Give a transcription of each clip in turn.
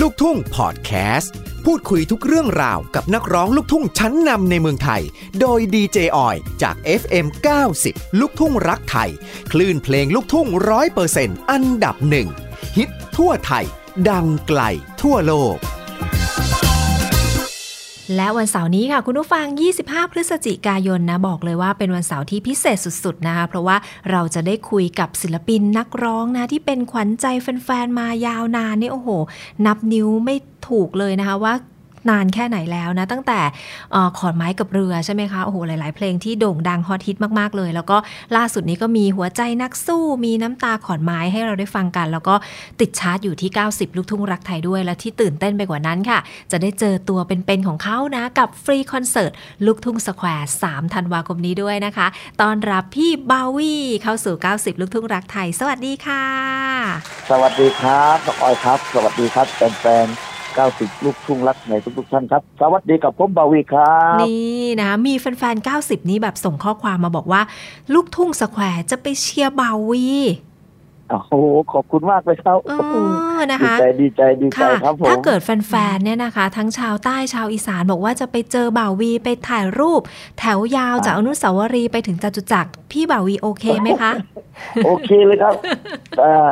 ลูกทุ่งพอดแคสต์ พูดคุยทุกเรื่องราวกับนักร้องลูกทุ่งชั้นนำในเมืองไทย โดยดีเจออยจาก FM 90 ลูกทุ่งรักไทย คลื่นเพลงลูกทุ่งร้อยเปอร์เซ็นต์อันดับหนึ่งฮิตทั่วไทย ดังไกลทั่วโลก และวันเสาร์นี้ค่ะ คุณผู้ฟัง 25 พฤศจิกายนนะ บอกเลยว่าเป็นวันเสาร์ที่พิเศษสุดๆนะคะเพราะว่าเราจะได้คุยกับศิลปินนักร้องนะ ที่เป็นขวัญใจแฟนๆ มายาวนานเนี่ยโอ้โห นับนิ้วไม่ถูกเลยนะคะว่านานแค่ไหนแล้วนะ ตั้งแต่เอ่อขอนไม้กับเรือใช่ไหมคะโอ้โหหลาย ๆ เพลงที่โด่งดังฮอตฮิตมากๆเลย แล้วก็ล่าสุดนี้ก็มีหัวใจนักสู้มีน้ำตาขอนไม้ให้เราได้ฟังกัน แล้วก็ติดชาร์ตอยู่ที่ 90 ลูกทุ่งรักไทยด้วยและที่ตื่นเต้นไปกว่านั้นค่ะ จะได้เจอตัวเป็นๆของเขานะ กับฟรีคอนเสิร์ตลูกทุ่งสแควร์3ธันวาคมนี้ด้วยนะคะตอนรับพี่บาวี่เข้าสู่ 90 ลูกทุ่งรักไทย สวัสดีค่ะ สวัสดีครับน้องออยครับ สวัสดีครับแฟนๆ90 ลูกทุ่งรักในทุกๆท่านครับ สวัสดีกับผมบาวีครับ นี่นะมีแฟนๆ 90 นี้แบบส่งข้อความมาบอกว่า ลูกทุ่งสแควร์จะไปเชียร์บาวี โอ้โห ขอบคุณมากเลยครับ เออนะ ดี คะ ใจดีใจดีใจ ค่ะ ครับผม ถ้าเกิดแฟนๆ เนี่ยนะคะ ทั้งชาวใต้ชาวอีสานบอกว่าจะไปเจอบาวีไปถ่ายรูป แถวยาวจากอนุสาวรีย์ไปถึงจตุจักรพี่บาวีโอเคไหมคะ โอเคเลย ครับเอ่อ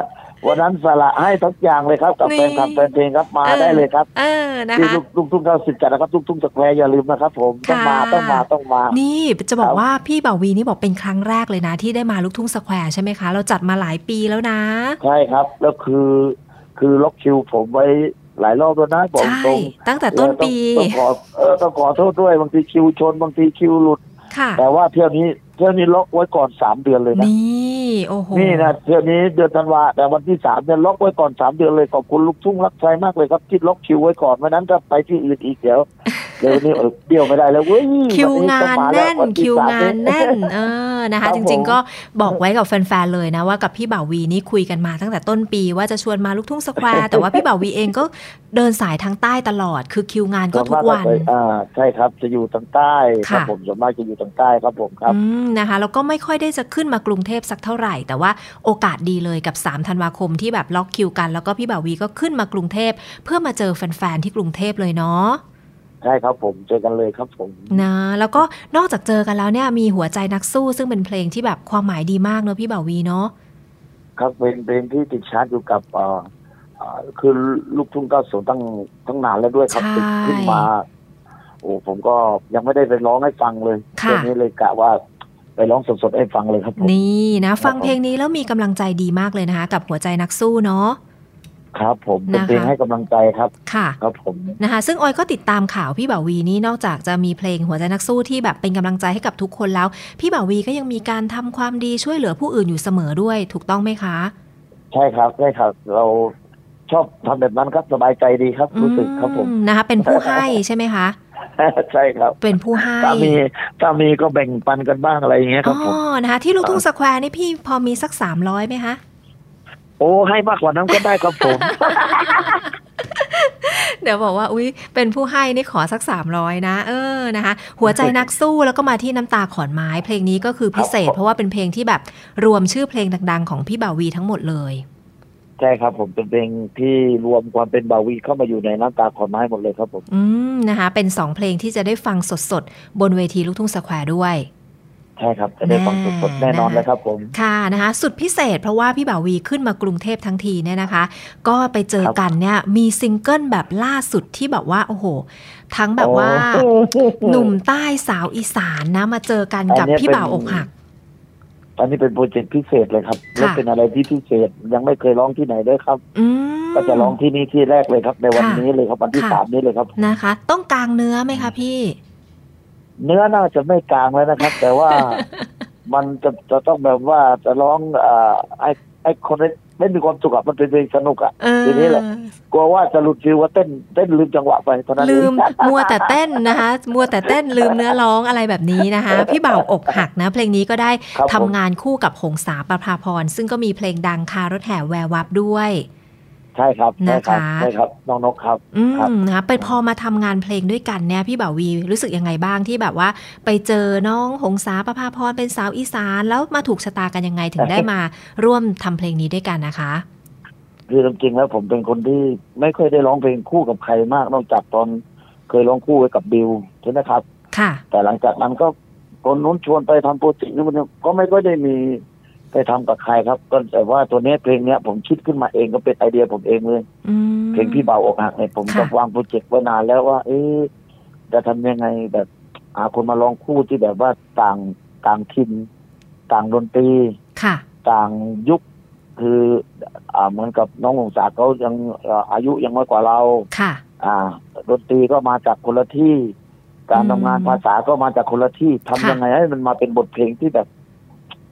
วันนั้นสละให้ทุกอย่างเลยครับ กับ นี่ แฟนคลับแฟนเพลงครับมาได้เลยครับ เออนะ ที่ คะ ลูกลูกทุ่ง90จัดนะครับลูกทุ่งสแควร์อย่าลืมนะครับ ผมต้องมา ค่ะ ต้องมาต้องมา นี่จะบอ ค ก รับ ว่าพี่บาวีนี่บอกเป็นครั้งแรกเลยนะ ที่ได้มาลูกทุ่งสแควร์ใช่ไหมคะ เราจัดมาหลายปีแล้วนะ ใช่ครับ แล้วคือคือล็อกคิวผมไว้หลายรอบแล้วนะบอก ใช่ ตรง ตั้งแต่ต้นปี เออต้องต้องขอเออต้องขอโทษด้วยบางทีคิวชนบางทีคิวหลุด ค่ะ แต่ว่าเที่ยวนี้เที่ยวนี้ล็อกไว้ก่อนสามเดือนเลยนะ นี่โอ้โห นี่นะเที่ยวนี้เดือนธันวาแต่วันที่สามเนี่ยล็อกไว้ก่อนสามเดือนเลยขอบคุณลูกทุ่งรักไทยมากเลยครับที่ล็อกคิวไว้ก่อนวันนั้นก็ไปที่อื่นอีกเดี๋ยว เดี๋ยววันนี้เออเดี่ยวไม่ได้แล้วเว้ย คิว วั งาน ต้อม แน่น ล้วที่ คิวงานแน่น สมเย เออนะ ครั คะ บ จริง ผม ๆก็บอกไว้กับแฟนๆเลยนะว่ากับพี่บ่าววีนี่คุยกันมาตั้งแต่ต้นปีว่าจะชวนมาลูกทุ่งสแคว ร์ แต่ว่าพี่บ่าววีเองก็เดินสายทางใต้ตลอด คือคิวงานก็ทุกวัน ส่มาไปอ่าใช่ครับจะอยู่ทางใต้ครับ ค่ะ ผมส่วนมากจะอยู่ทางใต้ครับผมครับ อืมนะคะ แล้วก็ไม่ค่อยได้จะขึ้นมากรุงเทพสักเท่าไหร่ แต่ว่าโอกาสดีเลยกับ3ธันวาคมที่แบบล็อกคิวกัน แล้วก็พี่บ่าววีก็ขึ้นมากรุงเทพเพื่อมาเจอแฟนๆที่กรุงเทพเลยเนาะ ใช่ครับผมเจอกันเลยครับผม นะแล้วก็นอกจากเจอกันแล้วเนี่ยมีหัวใจนักสู้ซึ่งเป็นเพลงที่แบบความหมายดีมากเนอะพี่บ่าววีเนาะ ครับเป็นเพลงที่ติดชาร์ตอยู่กับเอ่อเอ่อคือลูกทุ่งก้าสูตั้งตั้งนานแล้วด้วยครับ ใช่ ติดขึ้นมา โอ้ผมก็ยังไม่ได้ไปร้องให้ฟังเลย ค่ะ เพลงนี้เลยกะว่า ไปร้องสดๆให้ฟังเลยครับผม นี่นะ ฟังเพลงนี้แล้วมีกำลังใจดีมากเลยนะคะ กับหัวใจนักสู้เนาะ ครับ ผมเป็นะนคะ เพลงให้กำลังใจครับ ค่ะ ครับผม นะคะ ซึ่งออยก็ติดตามข่าวพี่บ่าววีนี่นอกจากจะมีเพลงหัวใจนักสู้ที่แบบเป็นกำลังใจให้กับทุกคนแล้ว พี่บ่าววีก็ยังมีการทำความดีช่วยเหลือผู้อื่นอยู่เสมอด้วย ถูกต้องไหมคะ ใช่ครับใช่ครับ เราชอบทำแบบนั้นครับสบายใจดีครับ รู้สึกครับผม อืนะคะ เป็นผู้ให้ใช่ไหมคะ ใช่ครับ เป็นผู้ให้ ถ้ามีถ้ามีก็แบ่งปันกันบ้างอะไรอย่างเงี้ยค อ๋ รับผม อนะคะที่ลูกทุ่งสแควร์นี่พี่พอมีสักสามร้อยไหมคะ โอ้ให้มากกว่านั้นก็ได้ครับผม เดี๋ยวบอกว่า อุ๊ย เป็นผู้ให้นี่ขอสัก 300 นะ เออนะคะ หัวใจนักสู้แล้วก็มาที่น้ำตาขอนไม้ เพลงนี้ก็คือพิเศษ ครับ เพราะว่าเป็นเพลงที่แบบรวมชื่อเพลงดังๆ ของพี่บ่าววีทั้งหมดเลย ใช่ครับผมเป็นเพลงที่รวมความเป็นบาวีเข้ามาอยู่ในน้ำตาขอนไม้หมดเลยครับผม อืมนะคะ เป็น 2 เพลงที่จะได้ฟังสดๆ บนเวทีลูกทุ่งสแควร์ด้วย ใช่ครับจะได้ฟังสดๆแน่นอนเลยครับผม ค่ะนะคะสุดพิเศษเพราะว่าพี่บ่าววีขึ้นมากรุงเทพทั้งทีเนี่ยนะคะ ก็ไปเจอกันเนี่ยมีซิงเกิลแบบล่าสุดที่แบบว่าโอ้โห ทั้งแบบว่า โอ้ หนุ่มใต้สาวอีสานนะมาเจอกันกับ อันเนี้ย พี่บ่าว เป็น อกหัก อันนี้เป็นโปรเจกต์พิเศษเลยครับ ค่ะ และเป็นอะไรที่พิเศษยังไม่เคยร้องที่ไหนด้วยครับ อืม ก็จะร้องที่นี่ที่แรกเลยครับ ในวัน ค่ะ นี้เลยครับวันที่สามนี้เลยครับ นะคะ ต้องกลางเนื้อไหมคะพี่ เนื้อน่าจะไม่กลางแล้วนะครับ แต่ ว่ามันจะจะต้องแบบว่าจะร้องเอ่อไอ้ไอ้คนได้ไม่มีความสุขอะมันเป็นเพลงสนุกอะ เออ ทีนี้แหละ กลัวว่าจะหลุดฟิวว่าเต้นเต้นลืมจังหวะไปเท่านั้นเอง ลืมมัวแต่เต้นนะคะ มัวแต่เต้นลืมเนื้อร้องอะไรแบบนี้ นะคะ พี่บ่าวอกหักนะ เพลงนี้ก็ได้ ครับผม ทำงานคู่กับหงสาประภาพร ซึ่งก็มีเพลงดังคารถแห่แวววับด้วย ใช่ครับใช่คนะรับคะ ใช่ครับน้องนกครับ อื ครับ มนะคะไปพอมาทำงานเพลงด้วยกันเนี่ยพี่บ่าววีรู้สึกยังไงบ้างที่แบบว่า ไปเจอน้องหงสาประภาพรเป็นสาวอีสาน แล้วมาถูกชะตากันยังไงถึงได้มาร่วมทำเพลงนี้ด้วยกันนะคะ คือจริงๆแล้วผมเป็นคนที่ไม่ค่อยได้ร้องเพลงคู่กับใครมาก นอกจากตอนเคยร้องคู่ไว้กับบิวใช่ไหมครับ ค่ะ แต่หลังจากนั้นก็คนนู้นชวนไปทำโปรเจกต์นี้มันก็ไม่ค่อยได้มีไปทำกับใครครับก็แต่ว่าตัวเนี้ยเพลงเนี้ยผมคิดขึ้นมาเองก็เป็นไอเดียผมเองเลย อืม เพลงพี่เบาอกหักเนี่ยผม ค่ะ ก็วางโปรเจกต์ไว้นานแล้วว่า เอ๊ะจะทำยังไงแบบหาคนมาร้องคู่ที่แบบว่าต่างต่างทินต่างดนตรี ค่ะ ต่างยุคคืออ่าเหมือนกับน้องหงสาเขายังเอ่ออายุยังน้อยกว่าเรา ค่ะ อ่าดนตรีก็มาจากคนละที่ การ อืม ทำงานภาษาก็มาจากคนละที่ทำ ค่ะ ยังไงให้มันมาเป็นบทเพลงที่แบบ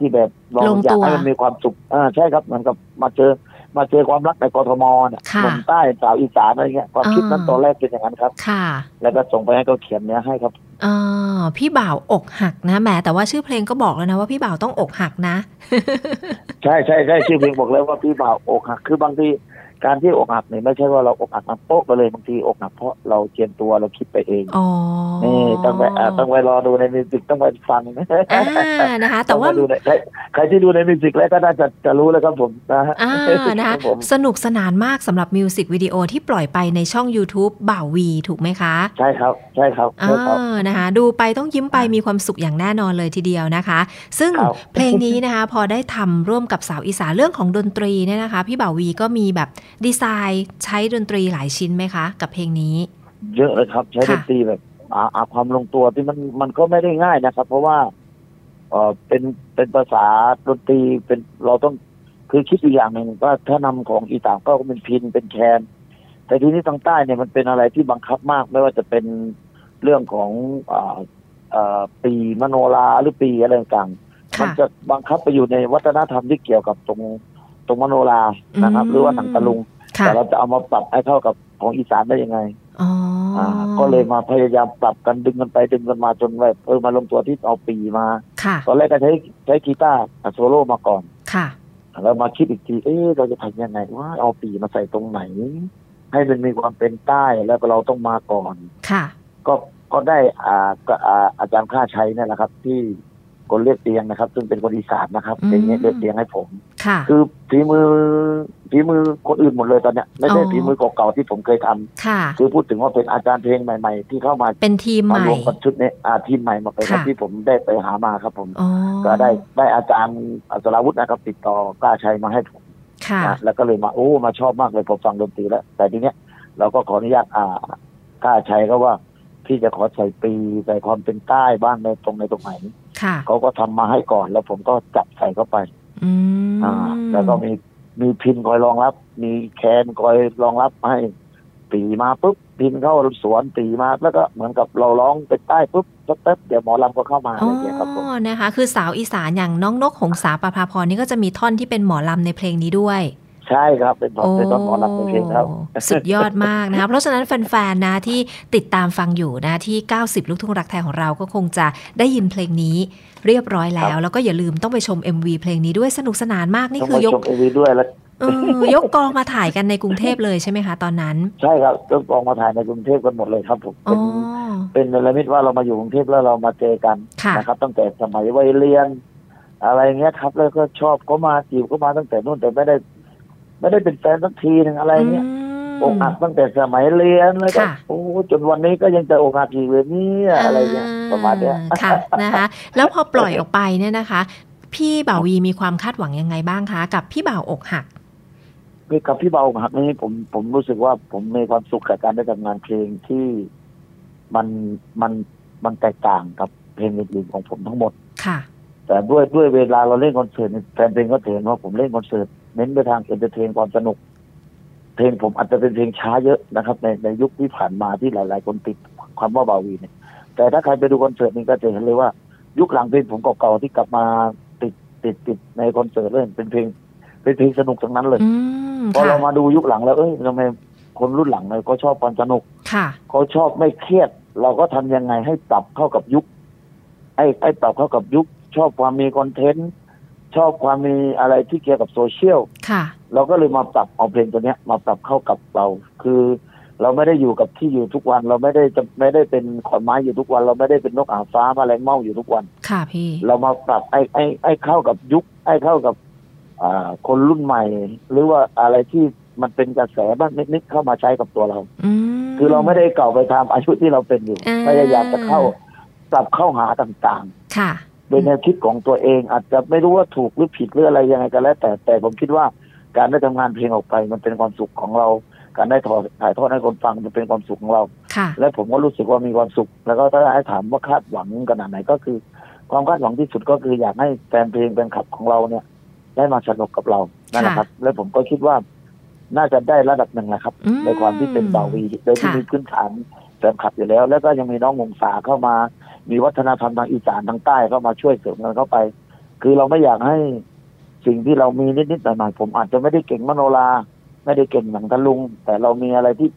ที่แบบเรา ลง อยา ตั ก ว ให้มันมีความสุขอ่าใช่ครับเหมือนกับมาเจอ มาเจอความรักในกทมเนี่ย ค่ะ หนุ่มใต้สาวอีสานอะไรเงี้ยความคิดนั้น อ่า ตอนแรกเป็นอย่างนั้นครับ ค่ะ แล้วก็ส่งไปให้เขาเขียนเนื้อให้ครับ เอ่อพี่บ่าวอกหักนะแหมแต่ว่าชื่อเพลงก็บอกแล้วนะว่าพี่บ่าวต้องอกหักนะ ใช่ใช่ใช่ชื่อเพลงบอกเลยว่าพี่บ่าวอกหักคือบางทีการที่อกหักเนี่ยไม่ใช่ว่าเราอกหักน้ำโป๊ะไปเลยบางทีอกหักเพราะเราเจียมตัวเราคิดไปเอง อ๋อ นี่ต้องไปอ่าต้องไปรอดูในมิวสิกต้องไปฟัง อ่านะคะ แต่ว่า ต้องมดูในใครใครที่ดูในมิวสิกแล้วก็น่าจะจะรู้แล้วครับผมนะฮะ อ่านะ ค คะ รับผม สนุกสนานมากสำหรับมิวสิกวิดีโอที่ปล่อยไปในช่อง YouTube บ่าววี ถูกไหมคะ ใช่ครับ ใช่ครับ อ่ ใช่ครับ านะคะดูไปต้องยิ้มไปมีความสุขอย่างแน่นอนเลยทีเดียวนะคะ ซึ่ง ครับ เพลงนี้นะคะ พอได้ทำร่วมกับสาวอีสานเรื่องของดนตรีเนี่ยนะคะ พี่บ่าววีก็มีแบบดีไซน์ใช้ดนตรีหลายชิ้นไหมคะ กับเพลงนี้ เยอะเลยครับ ใช้ ค่ะ ดนตรีแบบอาอาความลงตัวที่มันมันก็ไม่ได้ง่ายนะครับ เพราะว่าเออเป็นเป็นภาษาดนตรีเป็นเราต้องคือคิดอีกอย่างหนึ่งว่าถ้านำของอีสานก็เป็นพินเป็นแคน แต่ทีนี้ทางใต้เนี่ยมันเป็นอะไรที่บังคับมาก ไม่ว่าจะเป็นเรื่องของอ่าอ่าปีมโนราหรือปีอะไรต่าง มัน ค่ะ จะบังคับไปอยู่ในวัฒนธรรมที่เกี่ยวกับตรงตรงมโนรานะครับ อืม หรือว่าหนังตะลุง ค่ะ แต่เราจะเอามาปรับให้เข้ากับของอีสานได้ยังไง อ๋ออ อ่า ก็เลยมาพยายามปรับกันดึงกันไปดึงกันมาจนแบบเออมาลงตัวที่เอาปีมา ค่ะ ตอนแรกก็ใช้ใช้กีตาร์โซโล่มาก่อน ค่ะ แล้วมาคิดอีกทีเอ๊ะเราจะทำยังไงว่าเอาปีมาใส่ตรงไหน ให้มันมีความเป็นใต้แล้วก็เราต้องมาก่อน ค่ะ ก็ก็ได้อ่าก็อ่าอาจารย์ค่าชัยเนี่ยแหละครับ ที่คนเรียบเรียงนะครับ ซึ่งเป็นคนอีสานนะครับเพลงนี้เรียบเรียงให้ผม ค่ะ คือฝีมือฝีมือคนอื่นหมดเลยตอนเนี้ยไม่ใช่ อ๋อ ฝีมือเก่าๆที่ผมเคยทำ ค่ะ คือพูดถึงว่าเป็นอาจารย์เพลงใหม่ ๆ ที่เข้ามา เป็นทีมให มา ม่ รวมกันชุดนี้อาทีมใหม่มาเป็น ค่ะ ที่ผมได้ไปหามาครับ ผม อ๋อ ก็ได้ได้อาจารย์อัศราวุฒินะครับติดต่อกล้าชัยมาให้ผม ค่ะ นะแล้วก็เลยมาโอ้มาชอบมากเลยผมฟังดนตรีแล้ว แต่ทีเนี้ยเราก็ขออนุญาตอ่ากล้าชัยก็ว่าพี่จะขอใส่ปีใส่ความเป็นใต้บ้างในตรงในตรงไหน ค่ะ เขาก็ทำมาให้ก่อน แล้วผมก็จับใส่เข้าไป อืม อ่าแล้วก็มีมีพินคอยรองรับ มีแคนคอยรองรับให้ตีมาปุ๊บพินเข้าสวนตีมาแล้วก็เหมือนกับเราร้องไปใต้ปุ๊บสักแป๊บเดี๋ยวหมอลำก็เข้ามาอะไรอย่างเงี้ยครับผม อ๋อ นะคะ คือสาวอีสานอย่างน้องนกหงสาปภาพรนี่ก็จะมีท่อนที่เป็นหมอลำในเพลงนี้ด้วย ใช่ครับเป็นตอนเป็นตอนหมอลำเป็นเพลงครับ โอ้สุดยอดมากนะคะ เพราะฉะนั้นแฟนๆ นะที่ติดตามฟังอยู่นะที่ 90 ลูกทุ่งรักไทยของเราก็คงจะได้ยินเพลงนี้เรียบร้อยแล้ว แล้วก็อย่าลืมต้องไปชม MV เพลงนี้ด้วยสนุกสนานมากนี่ ต้อง คือ มาย ย ช ก มเอวีด้วยแล้ว เออยกกองมาถ่ายกันในกรุงเทพเลยใช่ไหมคะตอนนั้น ใช่ครับต้องกองมาถ่ายในกรุงเทพกันหมดเลยครับผม อ๋ เป็ อ นเป็นเนรมิตว่าเรามาอยู่กรุงเทพแล้วเรามาเจอกัน ค่ะ นะครับตั้งแต่สมัยวัยเรียน อะไรเงี้ยครับ แล้วก็ชอบเขามาจีบเขามาตั้งแต่นู่นแต่ไม่ได้ ไม่ได้เป็นแฟนสักทีหนึงอะไรเงี้ย อกหักตั้งแต่สมัยเรียนแล้วก็ ค่ะ โอ้จนวันนี้ก็ยังจะอกหักอีกเลยเนี่ยอะไรเนี่ยประมาณเนี้ย อ่าค่ะ นะคะ แล้วพอปล่อยออกไปเนี่ยนะคะ พี่บ่าววีมีความคาดหวังยังไงบ้างคะ กับพี่บ่าวอกหัก คือกับพี่เบาอกหักนี่ผมผมรู้สึกว่าผมมีความสุขกับการได้ทำงานเพลงที่มันมันมันแตกต่างกับเพลงอื่นๆของผมทั้งหมด ค่ะ แต่ด้วยด้วยเวลาเราเล่นคอนเสิร์ตเนี่ยแฟนเพลงก็เห็นว่าผมเล่นคอนเสิร์ตเน้นไปทางเอนเตอร์เทนความสนุก เพลงผมอาจจะเป็นเพลงช้าเยอะนะครับ ในในยุคที่ผ่านมาที่หลาย ๆ คนติดความว่าบาวีเนี่ย แต่ถ้าใครไปดูคอนเสิร์ตนี่ก็จะเห็นเลยว่า ยุคหลังเพลงผมเก่าๆที่กลับมาติดติดติดในคอนเสิร์ตเลยเป็นเพลง เป็นเพลงสนุกทั้งนั้นเลย อืม พอ ค่ะ เรามาดูยุคหลังแล้วเอ้ยทำไมคนรุ่นหลังเนี่ยก็ชอบความสนุก ค่ะ เขาชอบไม่เครียด เราก็ทำยังไงให้ปรับเข้ากับยุคไอ้ไอ้ปรับเข้ากับยุค ชอบความมีคอนเทนต์ชอบความมีอะไรที่เกี่ยวกับโซเชียล ค่ะ เราก็เลยมาปรับเอาเพลงตัวเนี้ย มาปรับเข้ากับเรา คือ เราไม่ได้อยู่กับที่อยู่ทุกวัน เราไม่ได้จะไม่ได้เป็นขอนไม้อยู่ทุกวัน เราไม่ได้เป็นนกอ่างฟ้าแมลงเม่าอยู่ทุกวัน ค่ะพี่ เรามาปรับไอ้ไอ้ไอ้เข้ากับยุค ไอ้เข้ากับ อ่า คนรุ่นใหม่ หรือว่าอะไรที่ มันเป็นกระแสบ้างนิดๆเข้ามาใช้กับตัวเรา อื คือเราไม่ได้เก่าไปตามอายุที่เราเป็นอยู่ อ่า พยายามจะเข้าปรับเข้าหาต่าง ค่ะ ๆ โดยแนวคิดของตัวเองอาจจะไม่รู้ว่าถูกหรือผิดหรืออะไรยังไงก็แล้วแต่แต่ผมคิดว่าการได้ทำงานเพลงออกไปมันเป็นความสุขของเรา การได้ถ่ายถ่ายทอดให้คนฟังมันเป็นความสุขของเรา ค่ะ และผมก็รู้สึกว่ามีความสุข แล้วก็ถ้าให้ถามว่าคาดหวังขนาดไหนก็คือ ความคาดหวังที่สุดก็คืออยากให้แฟนเพลงแฟนคลับของเราเนี่ย ได้มาสนุกกับเรานั่นแหละครับ และผมก็คิดว่าน่าจะได้ระดับหนึ่งนะครับ อื ในความที่เป็นบาวีโดยที่ ค่ะ มีพื้นฐานแฟนคลับอยู่แล้ว แล้วก็ยังมีน้องมงสาเข้ามา มีวัฒนธรรมทางอีสานทางใต้เข้ามาช่วยเสริมกันเข้าไป คือเราไม่อยากให้สิ่งที่เรามีนิดๆหน่อยๆผมอาจจะไม่ได้เก่งมโนราไม่ได้เก่งหนังตะลุง แต่เรามีอะไรที่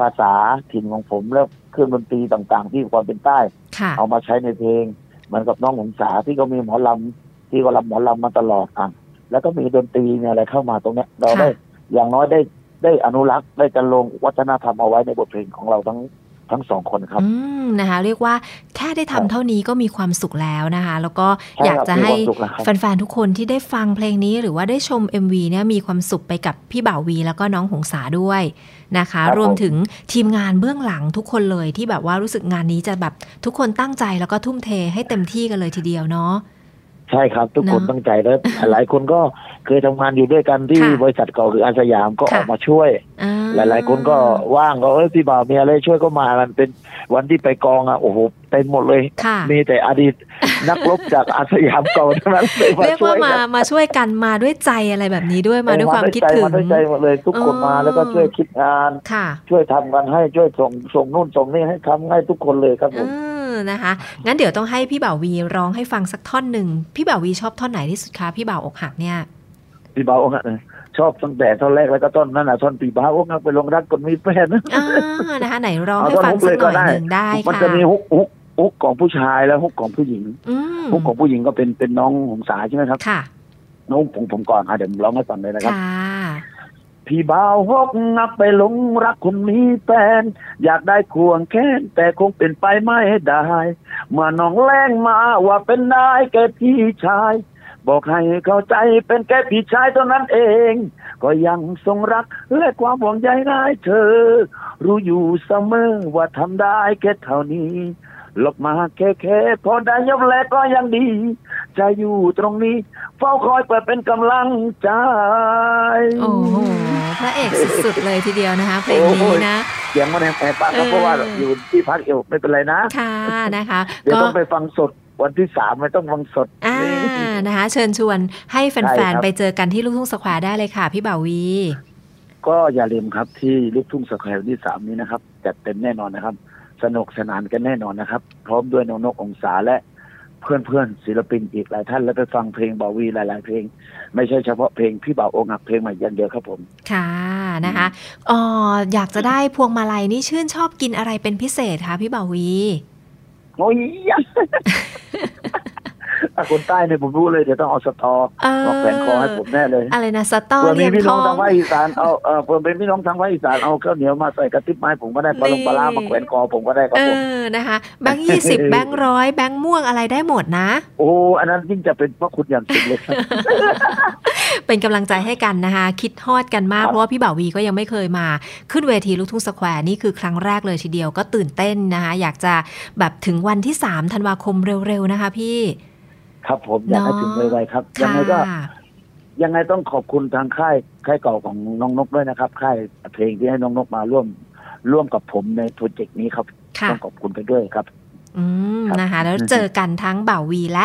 ภาษาถิ่นของผมแล้วเครื่องดนตรีต่าง ๆ ที่ความเป็นใต้ ค่ะ เอามาใช้ในเพลงเหมือนกับน้องหงสาที่ก็มีหมอลำที่ก็รำหมอลำมาตลอดอ่ะแล้วก็มีดนตรีเนี่ยอะไรเข้ามาตรงเนี้ยเราได้อย่างน้อยได้ได้อนุรักษ์ได้จะลงวัฒนธรรมเอาไว้ในบทเพลงของเราทั้งทั้งสองคนครับ อืมนะคะเรียกว่าแค่ได้ ครั ทำ บ เท่านี้ก็มีความสุขแล้วนะคะ แล้วก็ ใช่ครับ อยากจะให้ มีความสุขแล้วครับ แฟนๆทุกคนที่ได้ฟังเพลงนี้หรือว่าได้ชม MV เนี่ยมีความสุขไปกับพี่บ่าววี แล้วก็น้องหงสาด้วยนะคะ รวมถึงทีมงานเบื้องหลังทุกคนเลยที่แบบว่ารู้สึกงานนี้จะแบบทุกคนตั้งใจแล้วก็ทุ่มเทให้เต็มที่กันเลยทีเดียวเนาะ ใช่ครับ ทุกคน เนอะ ตั้งใจแล้ว หลายคนก็เคยทำงานอยู่ด้วยกันที่ ค่ะ บริษัทเก่าคืออาสยามก็ ค่ะ ออกมาช่วย อ่ หลาย ๆ คนก็ว่างก็เอ้ยพี่บ่าวมีอะไรช่วยก็มากันเป็นวันที่ไปกองอ่ะโอ้โหเต็มหมดเลย ค่ะ มีแต่อดีตนักรบจากอาสยามเก่าทั้งนั้นเลยมา เรียก ช่ว่าวย มา กัน มาช่วยกันมาด้วยใจอะไรแบบนี้ด้วยมาด้วยความคิดถึง มาด้วยใจหมดเลยทุกคนมา อ๋อ แล้วก็ช่วยคิดงาน ค่ะ ช่วยทำกันให้ช่วยส่งส่งนู่นส่งนี่ให้ทำให้ทุกคนเลยครับผ เอ ม อนะคะ งั้นเดี๋ยวต้องให้พี่บ่าววีร้องให้ฟังสักท่อนหนึ่ง พี่บ่าววีชอบท่อนไหนที่สุดคะ พี่บ่าวอกหัก เนี่ย พี่เบาองค์อะชอบตั้งแต่ท่อนแรกแล้วก็ท่อนนั้นอ่ะท่อนปีเบาองค์อะไปลงรักคนมีแฟน อ่า นะคะ ไหนร้อง เอา ให้ ท่อน ฟัง ฮุก สั เล กหยก็ น่อย ได้ หนึ่งได้ มัน ค่ะ จะมีฮุกฮุกฮุกของผู้ชายและฮุกของผู้หญิง อืม ฮุกของผู้หญิงก็เป็นเป็นน้องหงสาใช่ไหมครับ ค่ะ น้องผมผมก่อนอ่ะเดี๋ยวผมร้องให้ฟังเลยนะครับ ค่ะ พี่บ่าวฮกงับไปหลงรักคนมีแฟน อยากได้ควงแค้นแต่คงเป็นไปไม่ได้เมื่อน้องแรงมาว่าเป็นนายแกพี่ชาย บอกให้เข้าใจเป็นแค่พี่ชายเท่านั้นเอง ก็ยังทรงรักและความห่วงใยนายเธอ รู้อยู่เสมอว่าทำได้แค่เท่านี้หลบมาแค่แค่ๆพอได้ยอมแลก็ยังดี จะอยู่ตรงนี้ เฝ้าคอยเปิดเป็นกำลังใจ โอ้โห พระเอกสุดๆเลยทีเดียวนะคะ เพลงนี้นะ เสียงมันแอบๆปะครัเอบอ เพราะว่าอยู่ที่พักเอวไม่เป็นไรนะ ค่ะ นะคะ เดี๋ยว ก็ ต้องไปฟังสดวันที่สามไม่ต้องฟังสด อ่า นะคะ เชิญชวนให้ใช่แฟ คน รับ ๆ ไปเจอกันที่ลูกทุ่งสแควร์ได้เลยค่ะ พี่บ่าววี ก็อย่าลืมครับที่ลูกทุ่งสแควร์วันที่สามนี้นะครับจัดเต็มแน่นอนนะครับ สนุกสนานกันแน่นอนนะครับ พร้อมด้วยน้องนกองศาและ เพื่อนๆศิลปินอีกหลายท่าน แล้วไปฟังเพลงบาวีหลาย ๆ เพลง ไม่ใช่เฉพาะเพลงพี่บ่าวองค์อักเพลงใหม่อยันเดียวครับ ผม ค่ะนะคะเอ๋ออยากจะได้พวงมาลัยนี่ชื่นชอบกินอะไรเป็นพิเศษคะพี่บ่าววี โอ้ยยะ อ่ะคนใต้เนี่ยผมรู้เลยเดี๋ยวต้องเอาสตอ เออ มาแขวนคอให้ผมแน่เลย อะไรนะสตอ เพื่อ เรี มี ยง พี่ ท น้อ อง ทาง ง ภาคอีสานเอาเออเพื่อเป็นพี่น้องทางภาคอีสานเอาข้าวเหนียวมาใส่กระติบไม้ผมก็ได้ปลาลงปลาล่ามาแขวนคอผมก็ได้ครับ เอ ผม อนะคะแบงค์ยี่ สิบแบงค์ร้อยแบงค์ม่วงอะไรได้หมดนะ โอ้อันนั้นยิ่งจะเป็นพระคุณอย่างสุดเลย ครับ เป็นกำลังใจให้กันนะคะ คิดฮอดกันมาก ครับ เพราะว่าพี่บ่าววีก็ยังไม่เคยมา ขึ้นเวทีลูกทุ่งสแควร์นี่คือครั้งแรกเลยทีเดียวก็ตื่นเต้นนะคะ อยากจะแบบถึงวันที่3ธันวาคมเร็วๆนะคะ พี่ ครับผมอยากให้ถึงไวๆครับ ยังไงก็ ค่ะ ยังไงต้องขอบคุณทางค่ายค่ายเก่าของน้องนกด้วยนะครับ ค่ายเพลงที่ให้น้องนกมาร่วมร่วมกับผมในโปรเจกต์นี้ครับ ค่ะ ต้องขอบคุณไปด้วยครับ อืม ครับ นะคะ แล้ว อืม เจอกันทั้งบ่าววีและ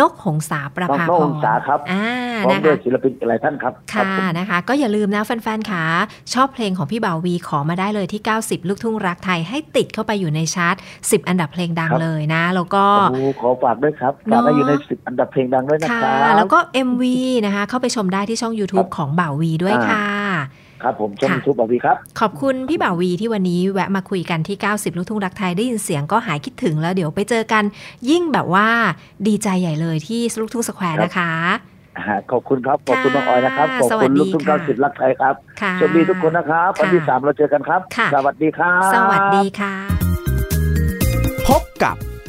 นกหงสาประภาพ นกหงสาครับ อ่า พร้อม นะ ด้วย คะ ศิลปินอีกหลายท่านครับ ค่ะ รับผม นะคะ ก็อย่าลืมนะแฟนๆขาชอบเพลงของพี่บ่าววีขอมาได้เลยที่ 90 ลูกทุ่งรักไทยให้ติดเข้าไปอยู่ในชาร์ต10 อันดับเพลงดังเลยนะ แล้วก็ โอ้ขอฝากด้วยครับฝากให้อยู่ในสิบอันดับเพลงดังด้วยนะ ค่ะ ครับ แล้วก็ MV นะคะ เข้าไปชมได้ที่ช่อง YouTube ของบ่าววีด้วย อ่า ค่ะ ครับผมช่อง ค่ะ ยูทูบบอกวีครับ ขอบคุณพี่บ่าววีที่วันนี้แวะมาคุยกันที่ 90 ลูกทุ่งรักไทยได้ยินเสียงก็หายคิดถึงแล้วเดี๋ยวไปเจอกัน ยิ่งแบบว่าดีใจใหญ่เลยที่ลูกทุ่งสแควร์ ครับ นะคะ อ่าขอบคุณครับ ขอบคุณน้องออยนะครับ ค่ะ ขอบ สวั คุ ส ณ ดี ลูกทุ่ง ค่ะ เก้าสิบรักไทยครับ ค่ะ โชคดีทุกคนนะครับ วันที่สามเราเจอกันครับ ค่ะ สวัสดีครับ สวัสดีค่ะ พบกับ